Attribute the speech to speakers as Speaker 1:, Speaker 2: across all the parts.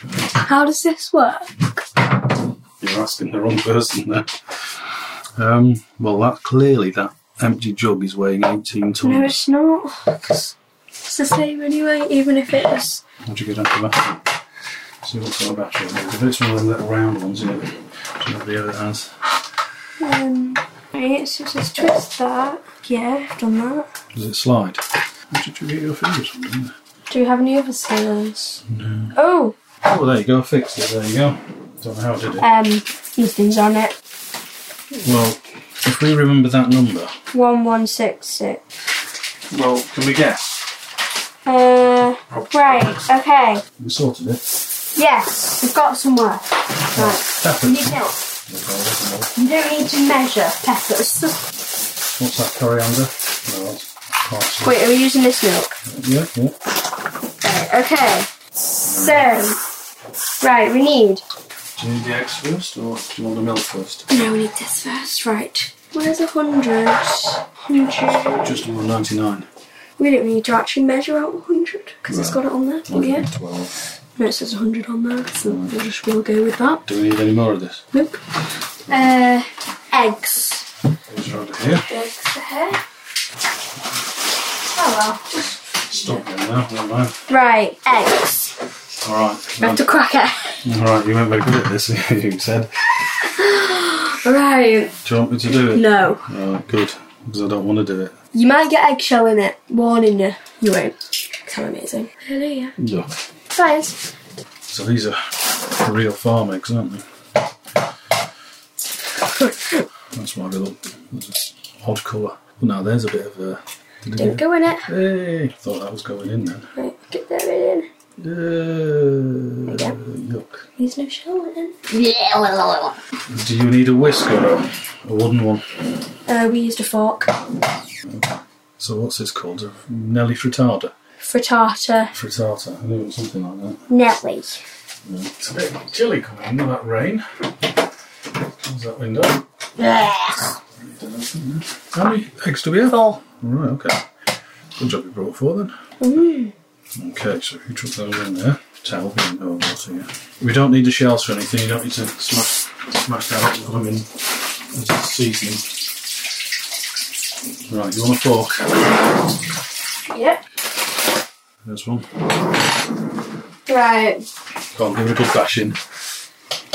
Speaker 1: how does this work?
Speaker 2: You're asking the wrong person there. Um, well, that clearly that empty jug is weighing 18 tons.
Speaker 1: No, it's not. It's it's the same anyway, even if it is.
Speaker 2: What do you get out of that? See what sort of battery it is. If It's one of them little round ones, isn't it? So nobody ever has.
Speaker 1: Um, right, so just twist that. Yeah, I've done that.
Speaker 2: Does it slide? How did you get your fingers on it?
Speaker 1: Do we have any other scales? No. Oh,
Speaker 2: Oh, there you go. I fixed it. There you go. Don't know how I did it.
Speaker 1: um, nothing's on it.
Speaker 2: Well, if we remember that number.
Speaker 1: One one six six.
Speaker 2: Well, can we guess?
Speaker 1: Uh, right. Okay.
Speaker 2: We sorted it.
Speaker 1: Yes, we've got some work. Right.
Speaker 2: Pepper.
Speaker 1: You don't. You don't need to measure peppers.
Speaker 2: What's that coriander? No, that's parsley.
Speaker 1: Wait, are we using this milk?
Speaker 2: Yeah, yeah.
Speaker 1: Right, okay. So, right, we need.
Speaker 2: Do you need the eggs first, or do you want the milk first?
Speaker 1: No, we need this first. Right. Where's a hundred? Hundred.
Speaker 2: Just on the 99.
Speaker 1: We don't need to actually measure out a hundred because it's got it on there. Yeah.
Speaker 2: Yeah. 12.
Speaker 1: No, it says 100 on there, so we'll just we'll go with that.
Speaker 2: Do we need any more of this?
Speaker 1: Nope. Uh, eggs.
Speaker 2: These are over here.
Speaker 1: Eggs ahead. Oh
Speaker 2: Stop them now. Never mind.
Speaker 1: well. Right, eggs.
Speaker 2: All right.
Speaker 1: I have to crack it.
Speaker 2: All right. You weren't very good at this. you said.
Speaker 1: Right.
Speaker 2: Do you want me to do it?
Speaker 1: No.
Speaker 2: All right, good. Because I don't want to do it.
Speaker 1: You might get eggshell in it. Warning you. You won't. Sound amazing. Hallelujah.
Speaker 2: Yeah.
Speaker 1: Guys,
Speaker 2: So these are real farm eggs, aren't they? That's why they look there's an odd colour. Well, now there's a bit of a. Did
Speaker 1: don't
Speaker 2: it
Speaker 1: go in it.
Speaker 2: Hey, thought that was going in then.
Speaker 1: Right, get that bit in.
Speaker 2: Uh,
Speaker 1: Yeah.
Speaker 2: yuck.
Speaker 1: There's no shell in it.
Speaker 2: Do you need a whisk or a, a wooden one?
Speaker 1: Uh, we used a fork.
Speaker 2: So what's this called? A Nelly frittata?
Speaker 1: Frittata.
Speaker 2: Frittata. I knew it was something like that.
Speaker 1: Nelly.
Speaker 2: It's a bit chilly coming in with that rain. Close that window. How many eggs do we have? Four. Right, okay. Good job you brought four then.
Speaker 1: Mm,
Speaker 2: Okay, so if you chuck those in there, towel being over to you. We don't need the shells for anything, you don't need to smash, smash that up and put them in as a seasoning. Right, you want a fork?
Speaker 1: Yep.
Speaker 2: There's one.
Speaker 1: Right.
Speaker 2: Go on, give it a good bashing.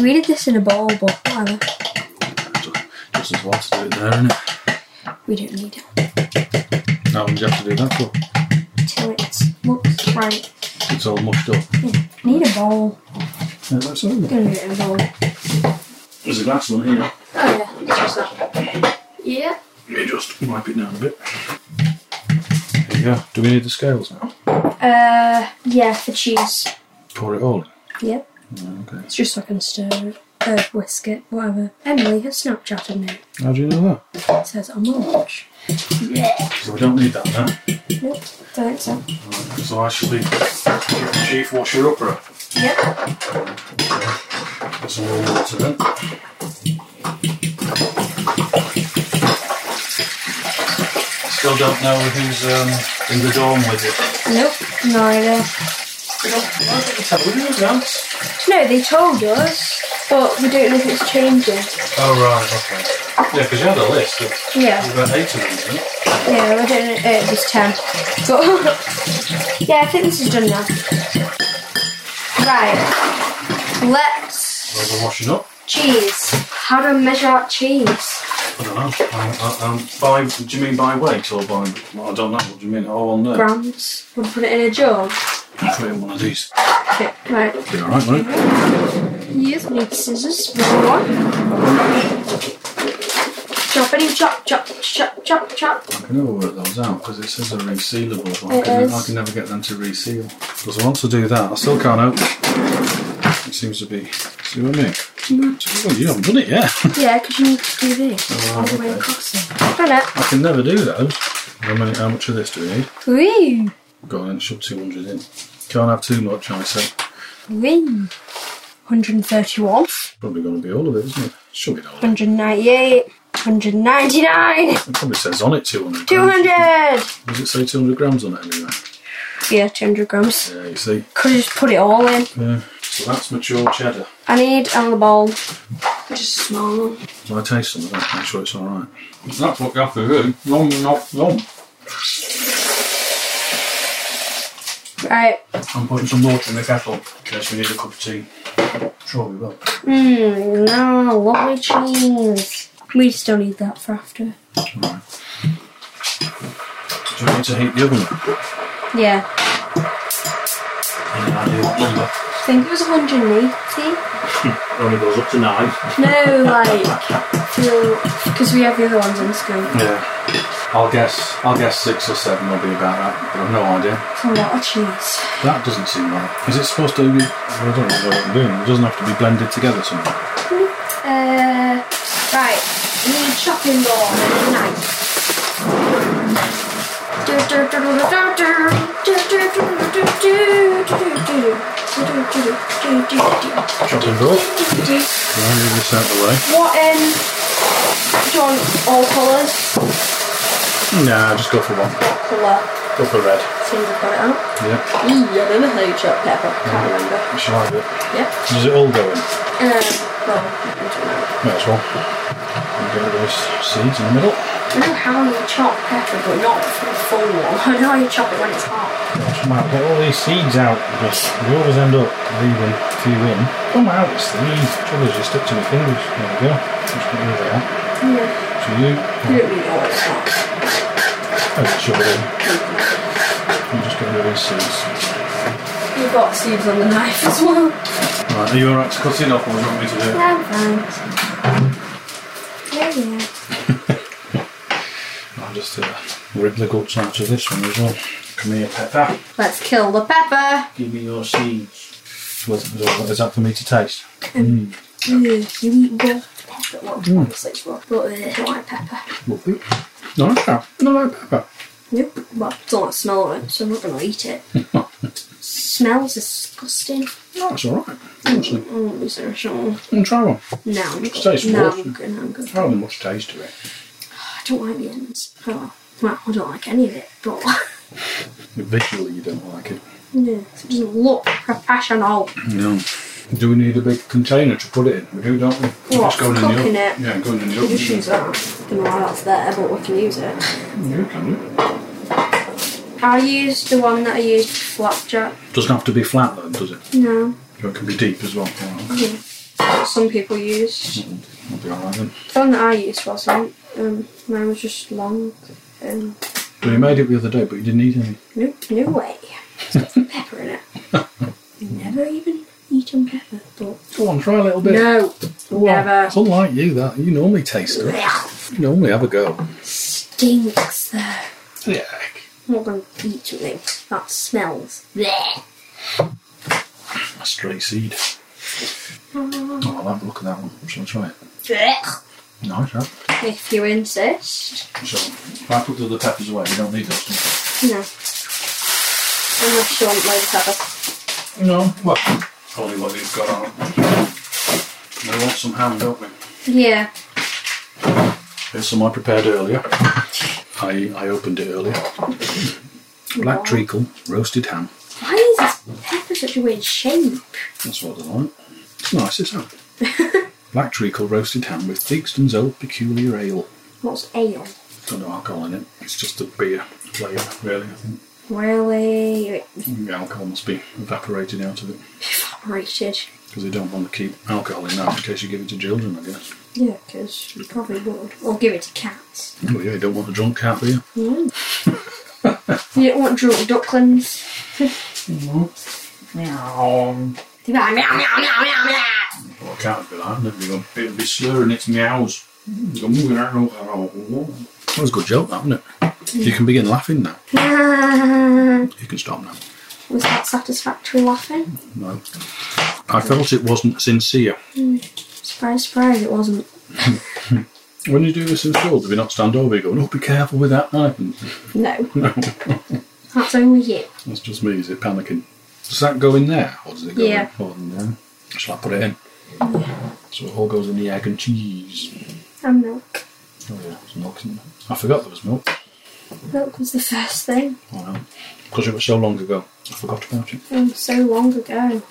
Speaker 1: We did this in a bowl, but whatever.
Speaker 2: Just as well to do it there, isn't it?
Speaker 1: We don't need it
Speaker 2: How long do you have to do that for?
Speaker 1: till it looks right.
Speaker 2: It's all mushed up.
Speaker 1: Need a bowl.
Speaker 2: Yeah, that's all right.
Speaker 1: Gonna get a bowl.
Speaker 2: There's a glass one here.
Speaker 1: Oh yeah, just that. Yeah.
Speaker 2: You just wipe it down a bit. There you go. Do we need the scales now?
Speaker 1: Uh, yeah, for cheese.
Speaker 2: Pour it all in.
Speaker 1: Yep.
Speaker 2: Okay.
Speaker 1: It's just so I can stir it. Uh, whisk it, whatever. Emily has Snapchatted me.
Speaker 2: How do you know that?
Speaker 1: It says I'm on watch.
Speaker 2: So we don't need that now.
Speaker 1: Nope, don't think so.
Speaker 2: So I shall be chief washer upper.
Speaker 1: Yep.
Speaker 2: Put some more water in. Still don't know who's um, in the dorm with it.
Speaker 1: Nope, no idea.
Speaker 2: We don't, I don't tell you, who's that?
Speaker 1: No, they told us, but we don't know if it's changing.
Speaker 2: Oh, right, okay. Yeah, because you had a list of
Speaker 1: Yeah,
Speaker 2: about eight of them, isn't it?
Speaker 1: yeah, I don't know. Uh, it was 10. But yeah, I think this is done now. Right, let's.
Speaker 2: Well, we're washing up.
Speaker 1: Cheese. How do I measure out cheese?
Speaker 2: I don't know. Um, um, by, do you mean by weight or by? Well, I don't know. What do you mean? Oh, I'll know.
Speaker 1: Grams. We'll put it in a jar.
Speaker 2: I'll put it in one of these.
Speaker 1: Okay, right.
Speaker 2: Be all right, won't it?
Speaker 1: Yes, we need scissors. Number one. Choppity chop, chop, chop, chop, chop.
Speaker 2: I can never work those out because it says they're resealable. But I,
Speaker 1: It
Speaker 2: can,
Speaker 1: is.
Speaker 2: I can never get them to reseal. Because I want to do that. I still can't open. it. It seems to be. See what I mean? Well, you haven't done it yet.
Speaker 1: Yeah, because you need to do this all the way
Speaker 2: okay.
Speaker 1: across it. Done it.
Speaker 2: I can never do those. How, many, how much of this do we need?
Speaker 1: Wee,
Speaker 2: Go on, then, shove 200 in. Can't have too much, I say.
Speaker 1: wee. 131,
Speaker 2: Probably going to be all of it, isn't it? Shove it all. in.
Speaker 1: 198, 199,
Speaker 2: It probably says on it 200.
Speaker 1: 200!
Speaker 2: Does it say 200 grams on it anyway?
Speaker 1: Yeah, 200 grams.
Speaker 2: Yeah, you see.
Speaker 1: Could have just put it all in.
Speaker 2: Yeah. So that's mature cheddar.
Speaker 1: I need another bowl. Just a small one.
Speaker 2: Shall I taste some of that? Make sure it's all right.
Speaker 3: That's what you have to do. Nom, nom, nom.
Speaker 1: Right.
Speaker 2: I'm putting some water in the kettle in case we need a cup of tea. Sure we will.
Speaker 1: Mmm, no, lovely cheese. We just don't need that for after.
Speaker 2: Right. Do we need to heat the oven?
Speaker 1: Yeah.
Speaker 2: Any idea what number?
Speaker 1: I think it was 180.
Speaker 2: Only goes up to nine.
Speaker 1: No, like, because we have the other ones in school.
Speaker 2: Yeah. I'll guess. I'll guess six or seven will be about that, but I've no idea.
Speaker 1: It's a lot of cheese.
Speaker 2: That doesn't seem right. Is it supposed to be? I don't know what I'm doing. It doesn't have to be blended together somehow.
Speaker 1: Uh, right. We need chopping board and a knife.
Speaker 2: Chopping board. I'll move this out the way.
Speaker 1: What um do you want all colours?
Speaker 2: Nah, just go for one.
Speaker 1: Colour.
Speaker 2: Go for red.
Speaker 1: Seems I've got it out.
Speaker 2: Yeah.
Speaker 1: Eee, I remember how you chop pepper. Can't remember.
Speaker 2: Shall I do it?
Speaker 1: Yep.
Speaker 2: Does it all go in?
Speaker 1: Um, well,
Speaker 2: Might as well. And get those seeds in the middle.
Speaker 1: I don't know. I know how you chop pepper, but not for the full one. I know how you chop it when it's hot.
Speaker 2: Somehow get all these seeds out because we always end up leaving a few in. Come out, it's the leaves. Trouble is you stick to my fingers. There we go. Just put those out.
Speaker 1: Yeah.
Speaker 2: So
Speaker 1: You
Speaker 2: you
Speaker 1: don't need all that stuff.
Speaker 2: and shove it in. I'm just get rid of these seeds.
Speaker 1: You've got seeds on the knife as well.
Speaker 2: Right, are you alright to cut it off or do you want me to do it?
Speaker 1: Yeah, thanks. Yeah, yeah.
Speaker 2: I'll just uh, rip the guts out of this one as well. Come here, Pepper.
Speaker 1: Let's kill the pepper.
Speaker 2: Give me your seeds. Was, was, is that for me to taste?
Speaker 1: you eat raw pepper. Well, obviously it's raw, but uh, I don't like pepper.
Speaker 2: Lovely. No, no, no, Pepper.
Speaker 1: Nope. Well, I don't like the smell of it, so I'm not going to eat it. Smells disgusting.
Speaker 2: No, it's alright. Honestly,
Speaker 1: Mm, it's original.
Speaker 2: I'm try one.
Speaker 1: No, I'm
Speaker 2: tastes
Speaker 1: good. No,
Speaker 2: worse.
Speaker 1: I'm good. No, I'm good.
Speaker 2: Not really much taste to it.
Speaker 1: I don't like the ends. Oh, well, I don't like any of it, but
Speaker 2: Visually, you don't like it.
Speaker 1: yeah, it doesn't look professional.
Speaker 2: No. Do we need a big container to put it in? We do, don't we?
Speaker 1: What,
Speaker 2: It's going
Speaker 1: for
Speaker 2: in
Speaker 1: cooking
Speaker 2: the
Speaker 1: it?
Speaker 2: oven. Yeah, going in the
Speaker 1: You
Speaker 2: oven.
Speaker 1: just use that. Don't know why that's there, but we can use it.
Speaker 2: Yeah, can you?
Speaker 1: I used the one that I used for flapjack.
Speaker 2: Doesn't have to be flat though, does it?
Speaker 1: No.
Speaker 2: So it can be deep as well. All right.
Speaker 1: Yeah. Some people used.
Speaker 2: I'll be alright then.
Speaker 1: The one that I used wasn't. Um, mine was just long. Um,
Speaker 2: Well, you made it the other day, but you didn't eat any.
Speaker 1: no, no way. It's got some pepper in it. I've never even eaten pepper, but
Speaker 2: Go on, try a little bit.
Speaker 1: no,
Speaker 2: Go on.
Speaker 1: never.
Speaker 2: It's unlike you, that. You normally taste it.
Speaker 1: Blech.
Speaker 2: You normally have a go.
Speaker 1: Stinks though. I'm
Speaker 2: Yeah.
Speaker 1: not gonna eat something that smells. Blech.
Speaker 2: A stray seed.
Speaker 1: Mm.
Speaker 2: Oh, I'll have a look at that one. Shall I try it?
Speaker 1: Blech.
Speaker 2: Nice, right?
Speaker 1: If you insist.
Speaker 2: So, if I put the other peppers away, we don't need those. do we?
Speaker 1: No. Unless you want loads of pepper.
Speaker 2: No, well, probably what they've got on. They want some ham, don't we?
Speaker 1: Yeah.
Speaker 2: Here's some I prepared earlier. I, I opened it earlier. Black
Speaker 1: Wow.
Speaker 2: treacle, roasted ham.
Speaker 1: Why is this pepper such a weird shape?
Speaker 2: That's what I like. It's nice, isn't it? Black treacle, roasted ham with Theakston's Old Peculiar Ale.
Speaker 1: What's ale?
Speaker 2: Got no alcohol in it. It's just a beer flavour, really, I think.
Speaker 1: Really
Speaker 2: The alcohol must be evaporated out of it.
Speaker 1: evaporated.
Speaker 2: Because they don't want to keep alcohol in that in case you give it to children, I guess.
Speaker 1: Yeah, because you probably would. Or give it to cats.
Speaker 2: Well, yeah, you don't want a drunk cat, do you?
Speaker 1: Mm. you don't want drunk ducklings.
Speaker 3: Meow.
Speaker 1: They go, meow, meow, meow, meow, meow.
Speaker 2: Well, a cat would be like, wouldn't it? They'd go,
Speaker 3: It'll be slurring its meows. It'll be moving around.
Speaker 2: That was a good joke, that, wasn't it? You can begin laughing now.
Speaker 1: Ah,
Speaker 2: You can stop now.
Speaker 1: Was that satisfactory laughing?
Speaker 2: No. I felt it wasn't sincere.
Speaker 1: Surprise, surprise, it wasn't.
Speaker 2: When you do this in school, do we not stand over you going, oh, be careful with that knife? And
Speaker 1: No. That's only you.
Speaker 2: that's just me, is it panicking? Does that go in there? Or does it go
Speaker 1: Yeah.
Speaker 2: in? Oh, no. Shall I put it in? So it all goes in the egg and cheese.
Speaker 1: And milk.
Speaker 2: Oh, yeah, there's milk in there. I forgot there was milk.
Speaker 1: Milk was the first thing.
Speaker 2: Oh, no. Because it was so long ago. I forgot about it.
Speaker 1: Um, so long ago.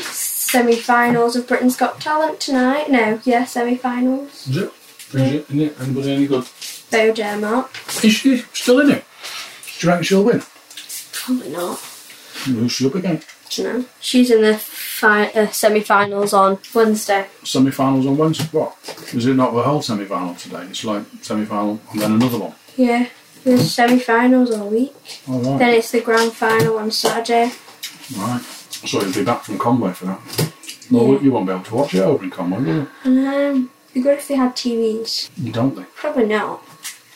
Speaker 1: semi-finals of Britain's Got Talent tonight. No, yeah, semi-finals.
Speaker 2: Is it?
Speaker 3: Is it? Isn't it? Anybody any good?
Speaker 1: Bo Dermot.
Speaker 2: Is she still in it? Do you reckon she'll win?
Speaker 1: Probably not.
Speaker 2: Who's she up against?
Speaker 1: Do you know? She's in the fi- uh, semi-finals on Wednesday.
Speaker 2: Semi finals on Wednesday. What? Is it not the whole semi final today? It's like semi final and then another one.
Speaker 1: Yeah, there's semi-finals all week.
Speaker 2: All right.
Speaker 1: Then it's the grand final on Saturday.
Speaker 2: Right. So you'll be back from Conway for that. No,
Speaker 1: Yeah.
Speaker 2: you won't be able to watch it over in Conway, will you?
Speaker 1: Um, be good if they had TVs.
Speaker 2: You don't think?
Speaker 1: Probably not.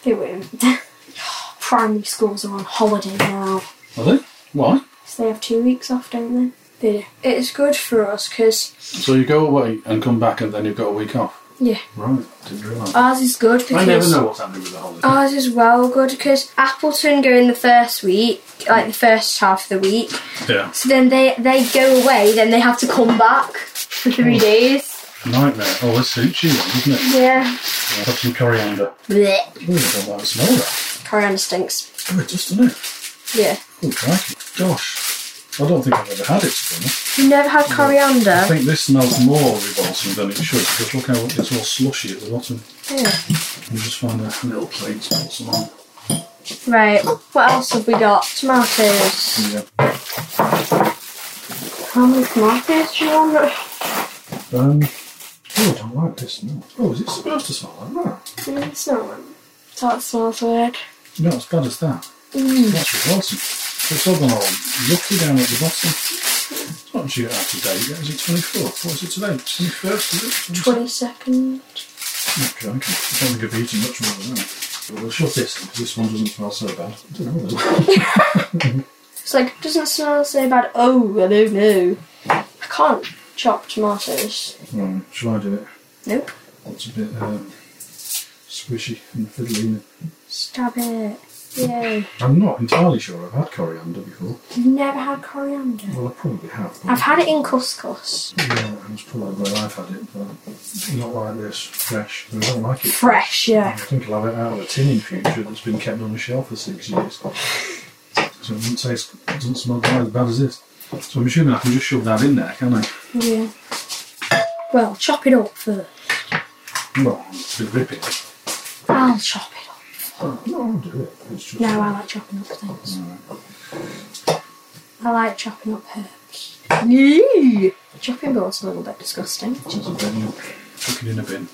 Speaker 1: They wouldn't. Primary schools are on holiday now.
Speaker 2: Are they? Why?
Speaker 1: So they have two weeks off, don't they? They do. It's good for us because
Speaker 2: So you go away and come back and then you've got a week off.
Speaker 1: Yeah.
Speaker 2: Right. Didn't realise.
Speaker 1: ours is good because
Speaker 2: I never know what's happening with the holiday.
Speaker 1: ours is well good because Appleton go in the first week, like the first half of the week.
Speaker 2: yeah.
Speaker 1: So then they they go away, then they have to come back for three
Speaker 2: Mm.
Speaker 1: days.
Speaker 2: Nightmare. Oh, this suits you, then, doesn't it?
Speaker 1: Yeah.
Speaker 2: I'll have some coriander.
Speaker 1: Blech.
Speaker 2: Ooh, I don't like the smell of that.
Speaker 1: Coriander stinks.
Speaker 2: Oh, it does, doesn't it?
Speaker 1: Yeah.
Speaker 2: Oh, crikey. Gosh. I don't think I've ever had it to be honest.
Speaker 1: You never had
Speaker 2: I
Speaker 1: coriander.
Speaker 2: think this smells more revulsive than it should because look how it's all slushy at the bottom.
Speaker 1: Yeah.
Speaker 2: You just find a little plate smells along.
Speaker 1: Right. What else have we got? Tomatoes.
Speaker 2: Yeah.
Speaker 1: How many tomatoes do you want?
Speaker 2: Um, oh, I don't like this smell. Oh, is it supposed to smell like that?
Speaker 1: Mm, It's not one. That smells weird.
Speaker 2: Not as bad as that.
Speaker 1: Mm.
Speaker 2: That's revulsive. It's all gone all lucky down at the bottom. It's not due out today, yet, is it 24th? What is it today? 21st, is it?
Speaker 1: 20 second.
Speaker 2: Okay, I don't think I've eaten much more than that. But we'll shut this because this one doesn't smell so bad. I don't know.
Speaker 1: It's like, doesn't smell so bad. Oh, I don't know. I can't chop tomatoes.
Speaker 2: right, shall I do it?
Speaker 1: Nope.
Speaker 2: It's a bit um, squishy and fiddly. isn't it?
Speaker 1: Stab it. Yay.
Speaker 2: I'm not entirely sure I've had coriander before.
Speaker 1: You've never had coriander?
Speaker 2: Well, I probably have. But
Speaker 1: I've had it in couscous.
Speaker 2: Yeah, that's probably where I've had it, but not like this, fresh. I don't like it.
Speaker 1: Fresh,
Speaker 2: I
Speaker 1: yeah.
Speaker 2: think I'll have it out of a tin in future that's been kept on the shelf for six years. So it doesn't taste, it doesn't smell quite as bad as this. So I'm assuming I can just shove that in there, can I?
Speaker 1: Yeah. Well, chop it up first.
Speaker 2: Well, it's a bit ripping.
Speaker 1: I'll chop it up.
Speaker 2: Oh, no, I'll do it. It's just
Speaker 1: No, I like chopping up things. I like chopping up herbs. Chopping boards are a little bit disgusting.
Speaker 2: it's a bin. yeah. Chuck it in a bin.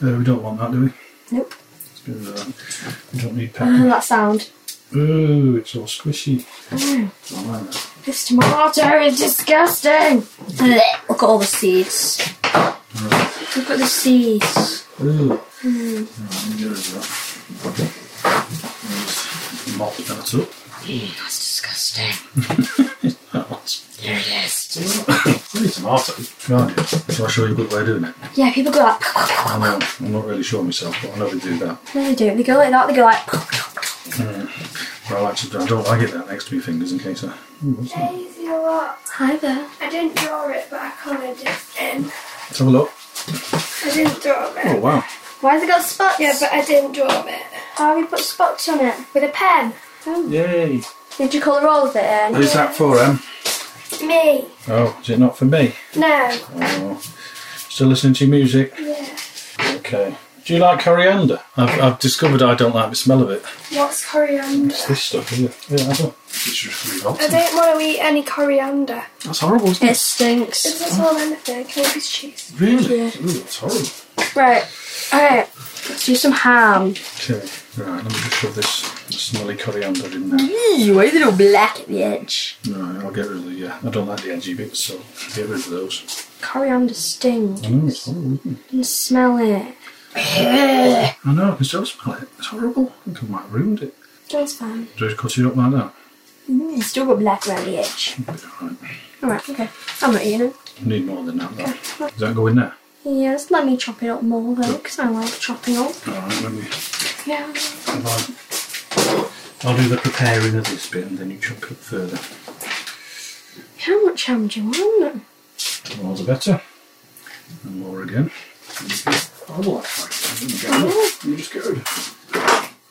Speaker 2: Uh, we don't want that, do we?
Speaker 1: Nope.
Speaker 2: It's a bit of that. We don't need
Speaker 1: Uh,
Speaker 2: pepper.
Speaker 1: that sound.
Speaker 2: Ooh, it's all squishy. I like that.
Speaker 1: This tomato is disgusting. Blech. Look at all the seeds. Look at the seeds.
Speaker 2: Ooh. Right, get rid of that. Let's Mop that up.
Speaker 1: That's disgusting. There it is.
Speaker 2: It's really tomato. Right. So I'll show you a good way of doing it.
Speaker 1: Yeah, people go like.
Speaker 2: I know. I'm not really sure myself, but I know they do that.
Speaker 1: No, they don't. They go like that. They go like.
Speaker 2: But I like to I don't like it that next to my fingers in case I. Ooh, what's that?
Speaker 4: Daisy a lot.
Speaker 1: Hi there.
Speaker 4: I didn't draw it, but I coloured it in.
Speaker 2: Let's have a look.
Speaker 4: I didn't draw it.
Speaker 2: Oh wow.
Speaker 1: Why has it got spots?
Speaker 4: Yeah, but I didn't draw it
Speaker 1: How have you put spots on it?
Speaker 4: with a pen.
Speaker 2: Yay.
Speaker 1: Did you colour all of it in?
Speaker 2: Who's that for, Em?
Speaker 4: Me.
Speaker 2: Oh, is it not for me?
Speaker 4: No.
Speaker 2: Oh. Still listening to your music?
Speaker 4: Yeah.
Speaker 2: Okay. Do you like coriander? I've, I've discovered I don't like the smell of it.
Speaker 4: What's coriander?
Speaker 2: It's this stuff here. Yeah, I don't. It's just
Speaker 4: I
Speaker 2: revolting.
Speaker 4: don't want to eat any coriander.
Speaker 2: That's horrible, isn't
Speaker 1: It stinks.
Speaker 4: Is this all anything? Can it be cheese?
Speaker 2: Really?
Speaker 1: Yeah.
Speaker 2: Ooh, that's horrible.
Speaker 1: Right. Alright. Let's do some ham.
Speaker 2: Okay, right, let me just shove this smelly coriander in there.
Speaker 1: Eee, why is it all black at the edge?
Speaker 2: Right, I'll get rid of the, uh, I don't like the edgy bits, so get rid of those.
Speaker 1: Coriander stings.
Speaker 2: I know, it's horrible, isn't it?
Speaker 1: I can smell it.
Speaker 2: I know, I can still smell it. It's horrible. I think I might have ruined it.
Speaker 1: That's fine.
Speaker 2: Do I cut it up like that?
Speaker 1: Mm, It's still got black around the edge.
Speaker 2: Right.
Speaker 1: Alright, okay. I'm not eating it.
Speaker 2: Need more than that, though. Does that go in there?
Speaker 1: Yes, let me chop it up more though, because I like chopping up.
Speaker 2: Alright, let me.
Speaker 1: Yeah.
Speaker 2: I'll, I'll do the preparing of this bit and then you chop it further.
Speaker 1: How much ham do you want?
Speaker 2: The more the better. And more again. I like fire. Let me just get rid of it.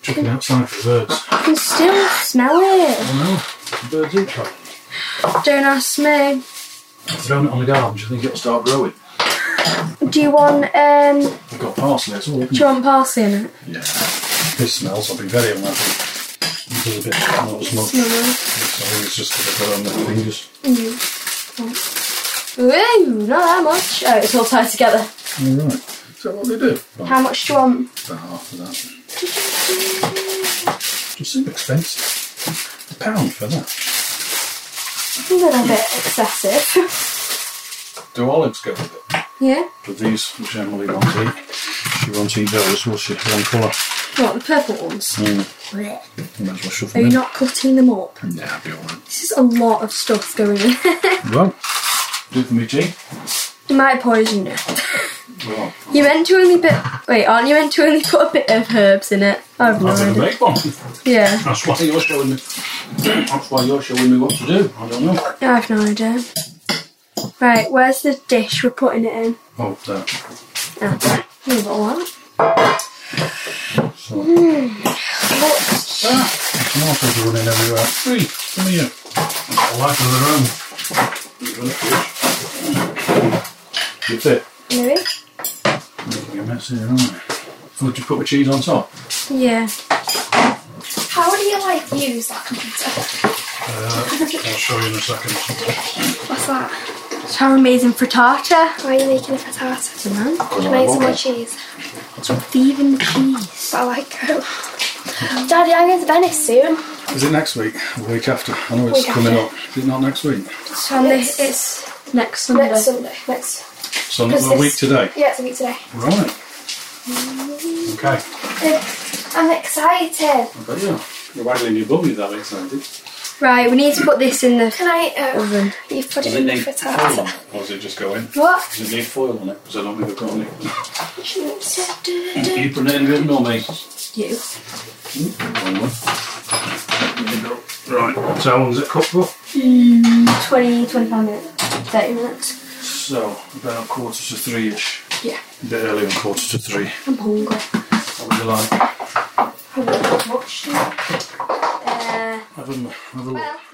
Speaker 2: Chuck it outside for the birds.
Speaker 1: I can still smell it.
Speaker 2: Oh no, the birds eat fire.
Speaker 1: Don't ask me.
Speaker 2: Thrown it on the garden, do you think it'll start growing?
Speaker 4: Do you want um? Do
Speaker 2: I've got parsley, it's all up in
Speaker 4: you want parsley in it?
Speaker 2: Yeah. This smells, I'll be very unhappy. There's a bit of no smoke.
Speaker 4: No.
Speaker 1: Mm-hmm.
Speaker 4: no.
Speaker 2: I think it's just because I've got it on my fingers.
Speaker 1: Ooh, not that much. Oh, it's all tied together.
Speaker 2: Alright. So what they do? Well,
Speaker 4: How much do you want?
Speaker 2: about half of that. Just seem expensive. A pound for that.
Speaker 1: A little bit excessive.
Speaker 2: Do olives go with it?
Speaker 1: yeah.
Speaker 2: But these generally won't eat. She won't eat those, will she? One colour.
Speaker 1: What the purple ones?
Speaker 3: Hmm.
Speaker 1: Blech.
Speaker 2: You might as well shove
Speaker 1: Are
Speaker 2: them
Speaker 1: you
Speaker 2: in.
Speaker 1: not cutting them up?
Speaker 2: Nah, I'll be alright.
Speaker 1: This is a lot of stuff going in.
Speaker 2: Well, do for me, G.
Speaker 1: you might poison you.
Speaker 2: Well,
Speaker 1: You meant to only bit. Wait, aren't you meant to only put a bit of herbs in it? I've no
Speaker 3: I'm going to
Speaker 1: idea.
Speaker 3: make one.
Speaker 1: Yeah,
Speaker 3: That's why you're showing me. That's why you're showing me what to do. I don't know.
Speaker 1: I've no idea. Right, where's the dish we're putting it in?
Speaker 2: oh, there.
Speaker 1: Oh, we've got one.
Speaker 2: So,
Speaker 1: Hmm.
Speaker 2: ah, tomatoes are running everywhere. Three, come here. Life of their own. That's it.
Speaker 1: Maybe?
Speaker 2: Making a mess here, aren't I? Oh, did you put the cheese on top?
Speaker 1: Yeah.
Speaker 4: How do you like use that computer?
Speaker 2: Uh, I'll show you in a second.
Speaker 4: What's that?
Speaker 1: It's our amazing frittata.
Speaker 4: Why are you making a patata?
Speaker 1: It's a man.
Speaker 4: Can I eat some more cheese?
Speaker 1: Thieving cheese.
Speaker 4: But I like coke. Daddy, I'm going to Venice soon.
Speaker 2: Is it next week? Or the week after? I know it's
Speaker 4: Week
Speaker 2: coming
Speaker 4: after.
Speaker 2: up. Is it not next week?
Speaker 1: And
Speaker 4: It's-
Speaker 1: this is next Sunday.
Speaker 4: Next Sunday. Next.
Speaker 2: So not
Speaker 4: 'cause
Speaker 2: a week
Speaker 4: it's-
Speaker 2: today.
Speaker 4: Yeah, it's a week today.
Speaker 2: Right. Okay.
Speaker 4: I'm excited.
Speaker 2: I bet you are. You're waggling your bum, you're that excited.
Speaker 1: Right, we need to put this in the
Speaker 4: Can I? Oh,
Speaker 1: oven.
Speaker 4: you put it in the
Speaker 2: foil on
Speaker 4: frittata.
Speaker 2: it? Or does it just go in?
Speaker 4: What?
Speaker 2: Does it need foil on it? Because I don't think I've got any.
Speaker 4: Can
Speaker 2: you putting it in the oven or me?
Speaker 1: You.
Speaker 2: Right. So how long does it cook for?
Speaker 1: 20, 25 minutes. 30 minutes.
Speaker 2: So, about quarter to three-ish.
Speaker 1: Yeah.
Speaker 2: A bit earlier than quarter to three.
Speaker 1: I'm hungry.
Speaker 2: What would you like?
Speaker 1: I've watched it. Uh,
Speaker 2: Have a, have a look.
Speaker 1: well,